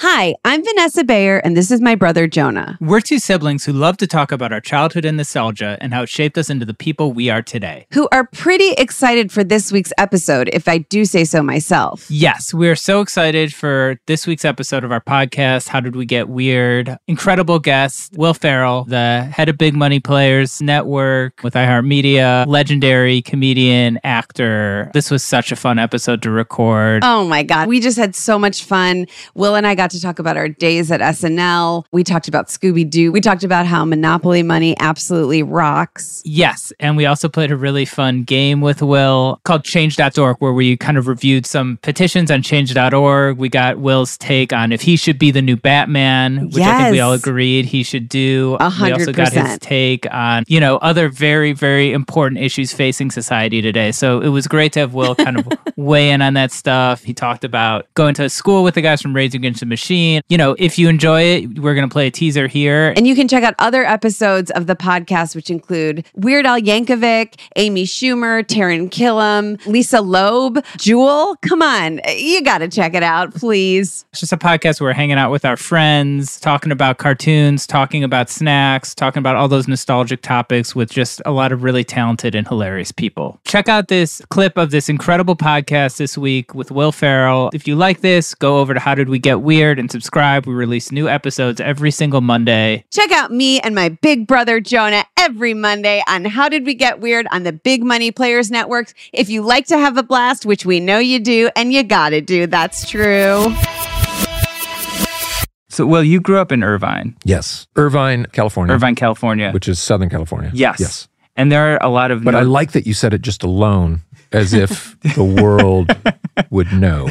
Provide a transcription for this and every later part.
Hi, I'm Vanessa Bayer, and this is my brother Jonah. We're two siblings who love to talk about our childhood and nostalgia and how it shaped us into the people we are today. Who are pretty excited for this week's episode, if I do say so myself. Yes, we are so excited for this week's episode of our podcast, How Did We Get Weird? Incredible guest, Will Farrell, the head of Big Money Players Network with iHeartMedia, legendary comedian, actor. This was such a fun episode to record. Oh my God, we just had so much fun. Will and I got to talk about our days at SNL. We talked about Scooby Doo. We talked about how Monopoly money absolutely rocks. Yes. And we also played a really fun game with Will called change.org, where we kind of reviewed some petitions on change.org. We got Will's take on if he should be the new Batman, which yes. I think we all agreed he should do. 100%. We also got his take on, you know, other very, very important issues facing society today. So it was great to have Will kind of weigh in on that stuff. He talked about going to school with the guys from Raising Against the machine. You know, if you enjoy it, we're going to play a teaser here. And you can check out other episodes of the podcast, which include Weird Al Yankovic, Amy Schumer, Taryn Killam, Lisa Loeb, Jewel. Come on, you got to check it out, please. It's just a podcast where we're hanging out with our friends, talking about cartoons, talking about snacks, talking about all those nostalgic topics with just a lot of really talented and hilarious people. Check out this clip of this incredible podcast this week with Will Farrell. If you like this, go over to How Did We Get Weird? and subscribe. We release new episodes every single Monday. Check out me and my big brother Jonah every Monday on How Did We Get Weird on the Big Money Players Networks. If you like to have a blast, which we know you do, and you gotta do, that's true. So, well, you grew up in Irvine. Yes. Irvine, California. Irvine, California. Which is Southern California. Yes. Yes. And there are a lot of. But no- I like that you said it just alone, as if the world would know.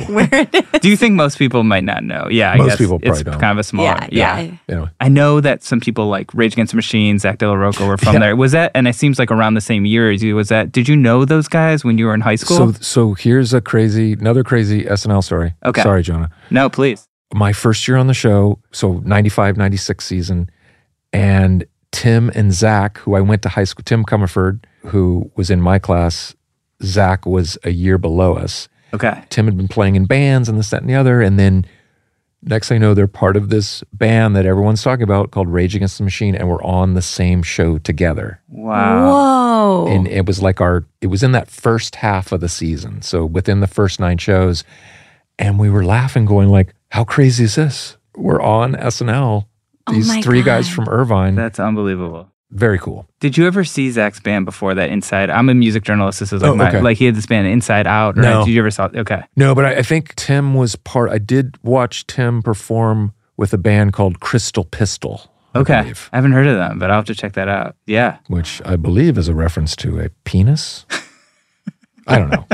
Do you think most people might not know? Yeah, I Most guess people it's probably don't. kind of a small. Yeah, Yeah, yeah. Anyway. I know that some people like Rage Against the Machine, Zach De La Rocca were from there. Was that? And it seems like around the same year as you. Was that? Did you know those guys when you were in high school? So so here's a crazy another crazy SNL story. Okay. Sorry, Jonah. no, please. My first year on the show, so 95, 96 season, and Tim and Zach, who I went to high school, Tim Comerford, who was in my class, Zach was a year below us. Okay. Tim had been playing in bands and this, that, and the other. And then next thing I know, they're part of this band that everyone's talking about called Rage Against the Machine, and we're on the same show together. Wow. Whoa. And it was like our, it was in that first half of the season. So within the first nine shows. And we were laughing, going like, how crazy is this? We're on SNL. These Oh my three guys God. from Irvine. That's unbelievable. Very cool. Did you ever see Zach's band before that? Inside, I'm a music journalist. This is like Oh, my okay. like he had this band Inside Out. Right? No. Did you ever saw? Okay. No, but I, I think Tim was part, I did watch Tim perform with a band called Crystal Pistol. I Okay. I, believe. haven't heard of them, but I'll have to check that out. Yeah. which I believe is a reference to a penis. I don't know.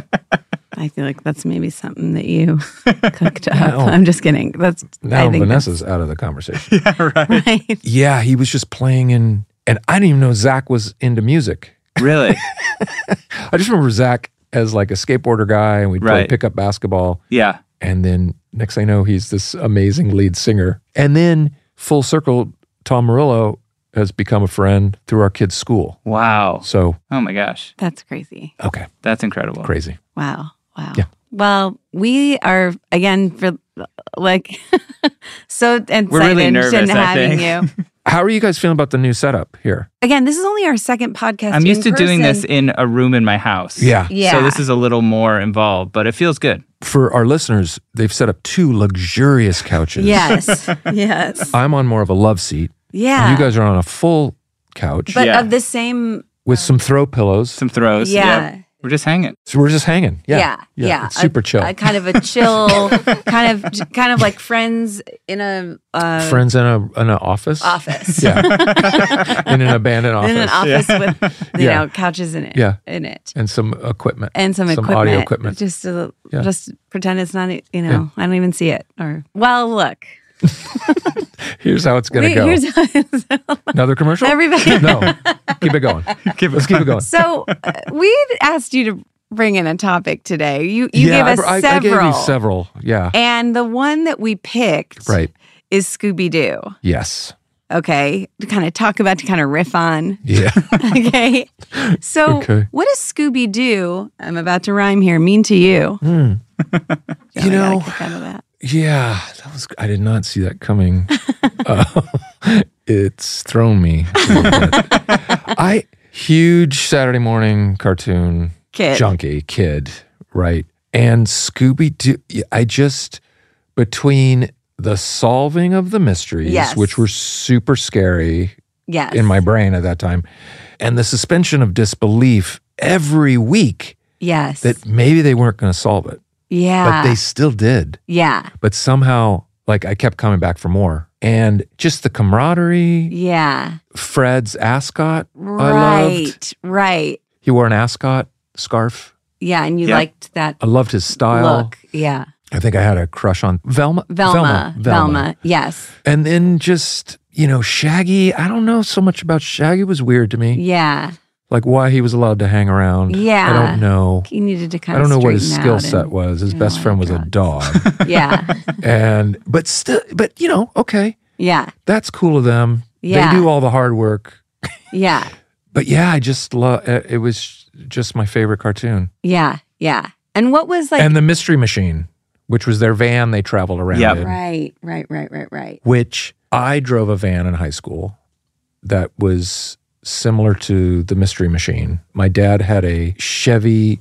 I feel like that's maybe something that you cooked up. No. I'm just kidding. That's Now I think Vanessa's out of the conversation. right. that's right. yeah, he was just playing in, and I didn't even know Zach was into music. Really? I just remember Zach as like a skateboarder guy, and we'd play Right. pickup basketball. Yeah. And then next thing I know, he's this amazing lead singer. And then full circle, Tom Morello has become a friend through our kids' school. Wow. So, Oh my gosh. That's crazy. okay, That's incredible. crazy. Wow. Wow. Yeah. Well, we are again for like so excited We're really in nervous, I having think. you. How are you guys feeling about the new setup here? Again, this is only our second podcast. I'm used to in doing this person. in a room in my house. Yeah. Yeah. So this is a little more involved, but it feels good. For our listeners, they've set up two luxurious couches. Yes. yes. I'm on more of a love seat. Yeah. You guys are on a full couch but Yeah. of the same with some throw pillows. Some throws. Yeah. We're just hanging. so we're just hanging. Yeah. yeah, yeah, it's super a, chill. a kind of a chill, kind of, kind of like friends in a uh, Friends in a in an office. office, Yeah. in an abandoned office. in an office with you Yeah. know couches in it, Yeah. in it, and some equipment. and some, Some equipment, audio equipment. just to, Yeah. just pretend it's not, e, you know, I don't even see it. Or well, look, Here's how it's going to We- go. here's how it's- Another commercial? everybody. no. Keep it going. Keep Let's keep it going. So uh, we asked you to bring in a topic today. You you yeah, gave us I, I- I several, gave you several. Yeah. and the one that we picked Right. is Scooby Doo. Yes. okay, to kind of talk about, to kind of riff on. Yeah. Okay. So, Okay. what does Scooby Doo, I'm about to rhyme here, mean to you? Hmm. God, You I gotta know- kick out of that. Yeah, that was. I did not see that coming. uh, it's thrown me. a little bit. I huge Saturday morning cartoon Kid. junkie kid, right? And Scooby Doo. I just between the solving of the mysteries, Yes. which were super scary Yes. in my brain at that time, and the suspension of disbelief every week yes. that maybe they weren't going to solve it, yeah. but they still did yeah. but somehow like I kept coming back for more. And just the camaraderie, Yeah. Fred's ascot. I loved. Right. Right. He wore an ascot scarf. Yeah. And you Yeah. liked that I loved his style. look. Yeah. I think I had a crush on Velma. Velma. Velma. Yes. And then just, you know, Shaggy. I don't know so much about Shaggy It was weird to me. Yeah. Like why he was allowed to hang around. Yeah. I don't know. He needed to kind I don't of know what his straighten skill out set was. His and Oh best all friend that was drugs. a dog. and- Yeah. and but still but you know, okay. Yeah. That's cool of them. Yeah. They do all the hard work. Yeah. but yeah, I just love. It was just my favorite cartoon. Yeah. Yeah. And what was like and the Mystery Machine, which was their van they traveled around Yep. in, Right, right, right, right, right. which I drove a van in high school that was similar to the Mystery Machine. My dad had a Chevy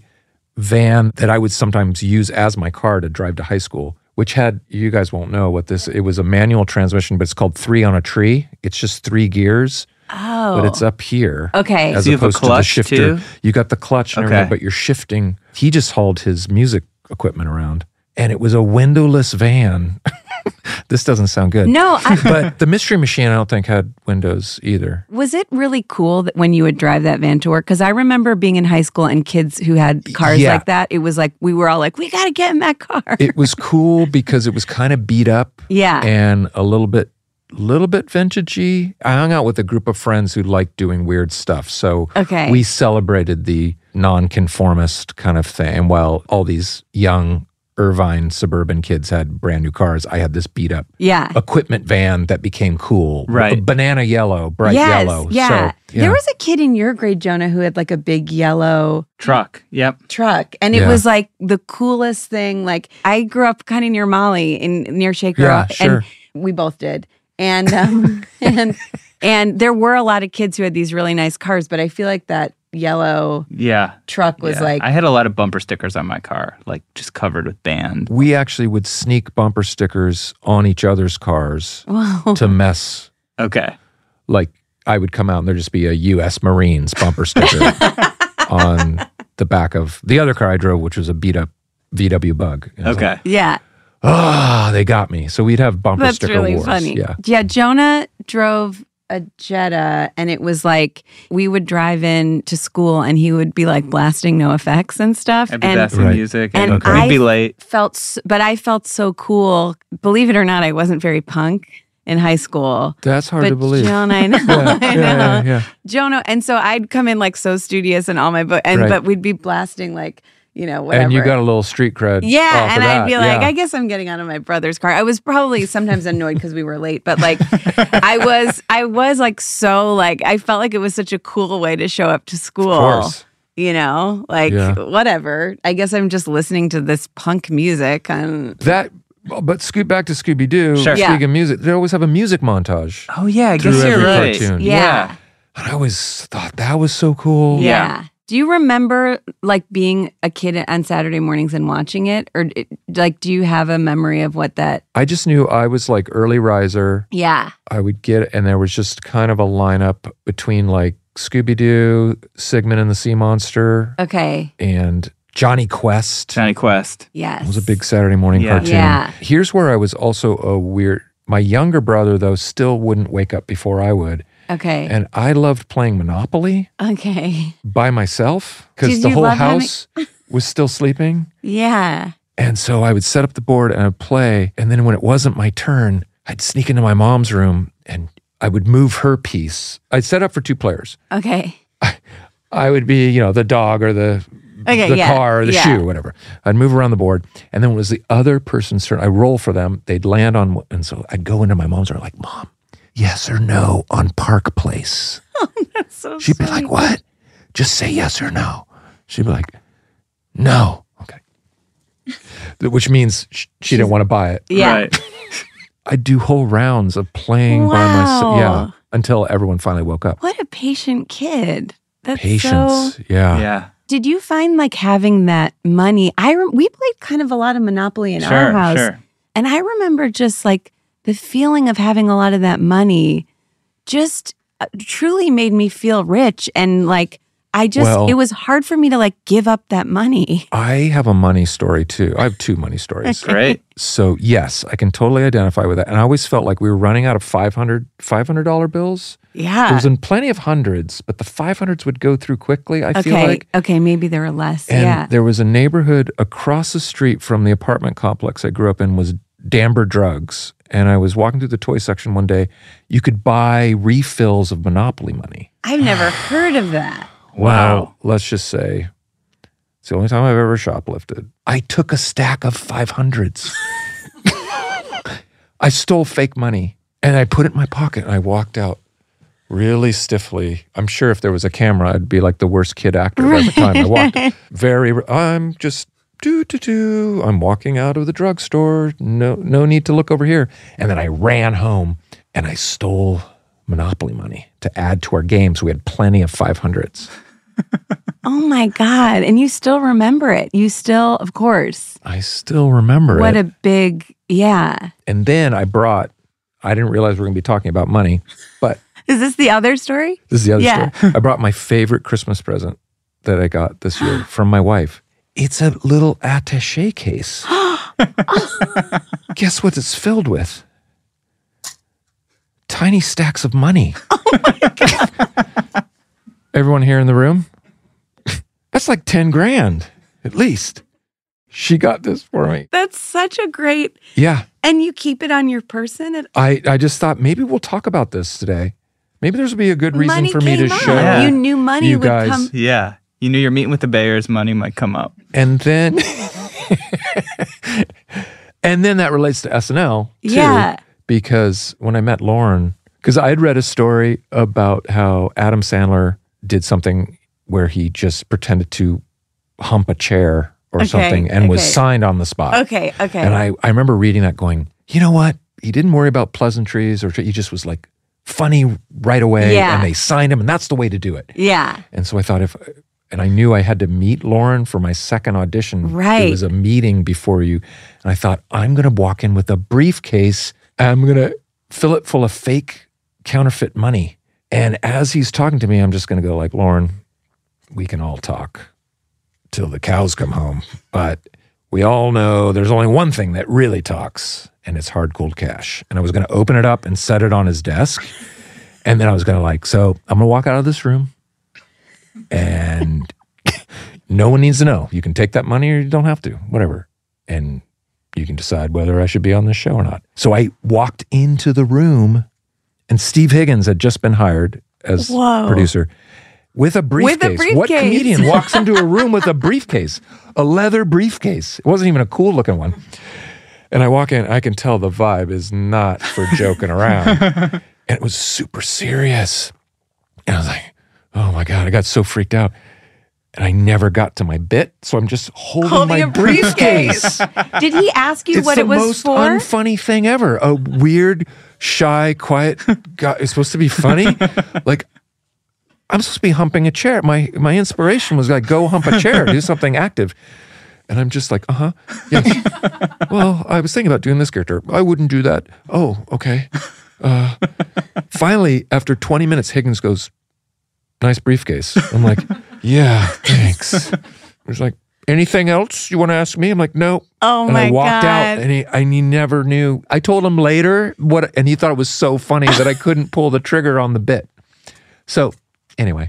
van that I would sometimes use as my car to drive to high school. Which had you guys won't know what this. It was a manual transmission, but it's called three on a tree. It's just three gears, Oh. but it's up here. okay. as So you have a opposed clutch, to the shifter. too? You got the clutch and Okay. everything, but you're shifting. He just hauled his music equipment around, and it was a windowless van. this doesn't sound good. No, I, But the mystery machine, I don't think had windows either. was it really cool that when you would drive that van to work? Because I remember being in high school and kids who had cars Yeah. like that. It was like we were all like, we got to get in that car. It was cool because it was kind of beat up yeah, and a little bit, little bit vintagey. I hung out with a group of friends who liked doing weird stuff, so Okay. we celebrated the nonconformist kind of thing. And while all these young Irvine suburban kids had brand new cars, I had this beat up yeah. equipment van that became cool. Right. Banana yellow, bright yes, yellow. yeah. So, yeah. There was a kid in your grade, Jonah, who had like a big yellow Truck. Yep. truck, and it Yeah. was like the coolest thing. Like I grew up kind of near Molly in near Shaker, Yeah, and sure. we both did, and um, and and there were a lot of kids who had these really nice cars, but I feel like that yellow Yeah. truck was Yeah. like I had a lot of bumper stickers on my car, like just covered with band. we actually would sneak bumper stickers on each other's cars whoa, to mess. Okay. Like I would come out and there'd just be a U.S. Marines bumper sticker on the back of the other car I drove, which was a beat up VW Bug. And I was like, Okay. yeah, Ah, they got me. So we'd have bumper that's sticker really wars. funny. Yeah. Jonah drove a Jetta, and it was like we would drive in to school, and he would be like blasting no effects and stuff. I'd be and blasting Right. music. and And I- we'd be late. felt s- but I felt so cool. Believe it or not, I wasn't very punk in high school. That's hard but to believe. Joan, I know, yeah, I yeah, know. yeah, yeah. Jono, and so I'd come in like so studious and all my book, and Right. but we'd be blasting like you know whatever. And you got a little street cred. yeah, off of and I'd that, be like, yeah. I guess I'm getting out of my brother's car. I was probably sometimes annoyed because we were late, but like, I was, I was like so like I felt like it was such a cool way to show up to school. Of course. You know, like Yeah. whatever. I guess I'm just listening to this punk music. And That, but scoot back to Scooby Doo. Sure. Yeah. Speaking of music, they always have a music montage. Oh yeah, I Through guess you're every right. cartoon. Yeah. And I always thought that was so cool. Yeah. Do you remember like being a kid on Saturday mornings and watching it, or it- like do you have a memory of what that? I just knew I was like early riser. Yeah. I would get, and there was just kind of a lineup between like Scooby Doo, Sigmund and the Sea Monster, Okay. and Johnny Quest. Johnny Quest. Yes. It was a big Saturday morning Yeah. cartoon. Yeah. Here's where I was also a weird. My younger brother though still wouldn't wake up before I would, Okay. and I loved playing Monopoly okay. by myself Did because the you whole love having- house was still sleeping. Yeah. And so I would set up the board and I'd play. And then when it wasn't my turn, I'd sneak into my mom's room and I would move her piece. I'd set up for two players. Okay. I would be, you know, the dog or the Okay. the yeah. car or the yeah. shoe, whatever. I'd move around the board. And then when it was the other person's turn, I roll for them. They'd land on one- and so I'd go into my mom's room like, Mom, yes or no on Park Place. So She'd be like, What? Just say yes or no. She'd be like, No. Okay. Which means sh- she didn't want to buy it. Yeah. Right. I'd do whole rounds of playing by myself. Yeah. Wow. Until everyone finally woke up. What a patient kid. That's Patience. So, yeah. Yeah. did you find like having that money? I rem- we played kind of a lot of Monopoly in our Sure. house, Sure. and I remember just like the feeling of having a lot of that money, just uh, truly made me feel rich and like I just Well- it was hard for me to like give up that money. I have a money story too. I have two money stories. Great. so, yes, I can totally identify with that. And I always felt like we were running out of 500 $500 bills. Yeah. there was in plenty of hundreds, but the 500s would go through quickly, I feel okay. like. okay. Maybe there were less. And yeah. there was a neighborhood across the street from the apartment complex I grew up in was Damber Drugs. And I was walking through the toy section one day. You could buy refills of Monopoly money. I've never heard of that. Wow. Let's just say it's the only time I've ever shoplifted. I took a stack of 500s. I stole fake money and I put it in my pocket and I walked out really stiffly. I'm sure if there was a camera, I'd be like the worst kid actor of every time I walked. Very, I'm just. Do do do. I'm walking out of the drugstore. No, no need to look over here. And then I ran home and I stole Monopoly money to add to our game. So we had plenty of five hundreds. Oh my God. And you still remember it. You still, of course. I still remember What it. a big, yeah. and then I brought, I didn't realize we are going to be talking about money, but Is this the other story? this is the other Yeah. story. I brought my favorite Christmas present that I got this year from my wife. It's a little attache case. Guess what it's filled with? Tiny stacks of money. Oh Everyone here in the room? That's like 10 grand at least. She got this for me. That's such a great, Yeah. and you keep it on your person. At, I, I just thought maybe we'll talk about this today. Maybe there's be a good reason money for me came to up. show. Yeah. You knew money you would guys. come. Yeah. You knew you're meeting with the Bayers. Money might come up. And then and then that relates to SNL too, Yeah. because when I met Lauren, because I had read a story about how Adam Sandler did something where he just pretended to hump a chair or Okay, something and was okay. signed on the spot. Okay, okay. And I, I remember reading that going, you know what? He didn't worry about pleasantries or he just was like funny right away. Yeah. And they signed him, and that's the way to do it. yeah, And so I thought if, and I knew I had to meet Lauren for my second audition. Right. It was a meeting before you. And I thought, I'm going to walk in with a briefcase. I'm going to fill it full of fake counterfeit money. And as he's talking to me, I'm just going to go like, Lauren, we can all talk till the cows come home. But we all know there's only one thing that really talks, and it's hard cold cash. And I was going to open it up and set it on his desk. And then I was going to like, so I'm going to walk out of this room and no one needs to know. You can take that money or you don't have to, whatever. And you can decide whether I should be on this show or not. So I walked into the room and Steve Higgins had just been hired as Whoa. producer with a briefcase. What briefcase. comedian walks into a room with a briefcase? A leather briefcase. It wasn't even a cool looking one. And I walk in, I can tell the vibe is not for joking around. and it was super serious. And I was like, oh my God, I got so freaked out. And I never got to my bit. So I'm just holding, Holding my a briefcase. briefcase. Did he ask you it's what the it was most for? unfunny thing ever. A weird, shy, quiet guy is supposed to be funny. like I'm supposed to be humping a chair. My my inspiration was like go hump a chair, do something active. And I'm just like, uh-huh. Yes. well, I was thinking about doing this character. I wouldn't do that. Oh, okay. Uh, finally, after 20 minutes, Higgins goes, nice briefcase. I'm like, yeah, thanks. He's like, anything else you want to ask me? I'm like, no. Oh and my I walked God. out and he, and he never knew. I told him later what, and he thought it was so funny that I couldn't pull the trigger on the bit. So anyway,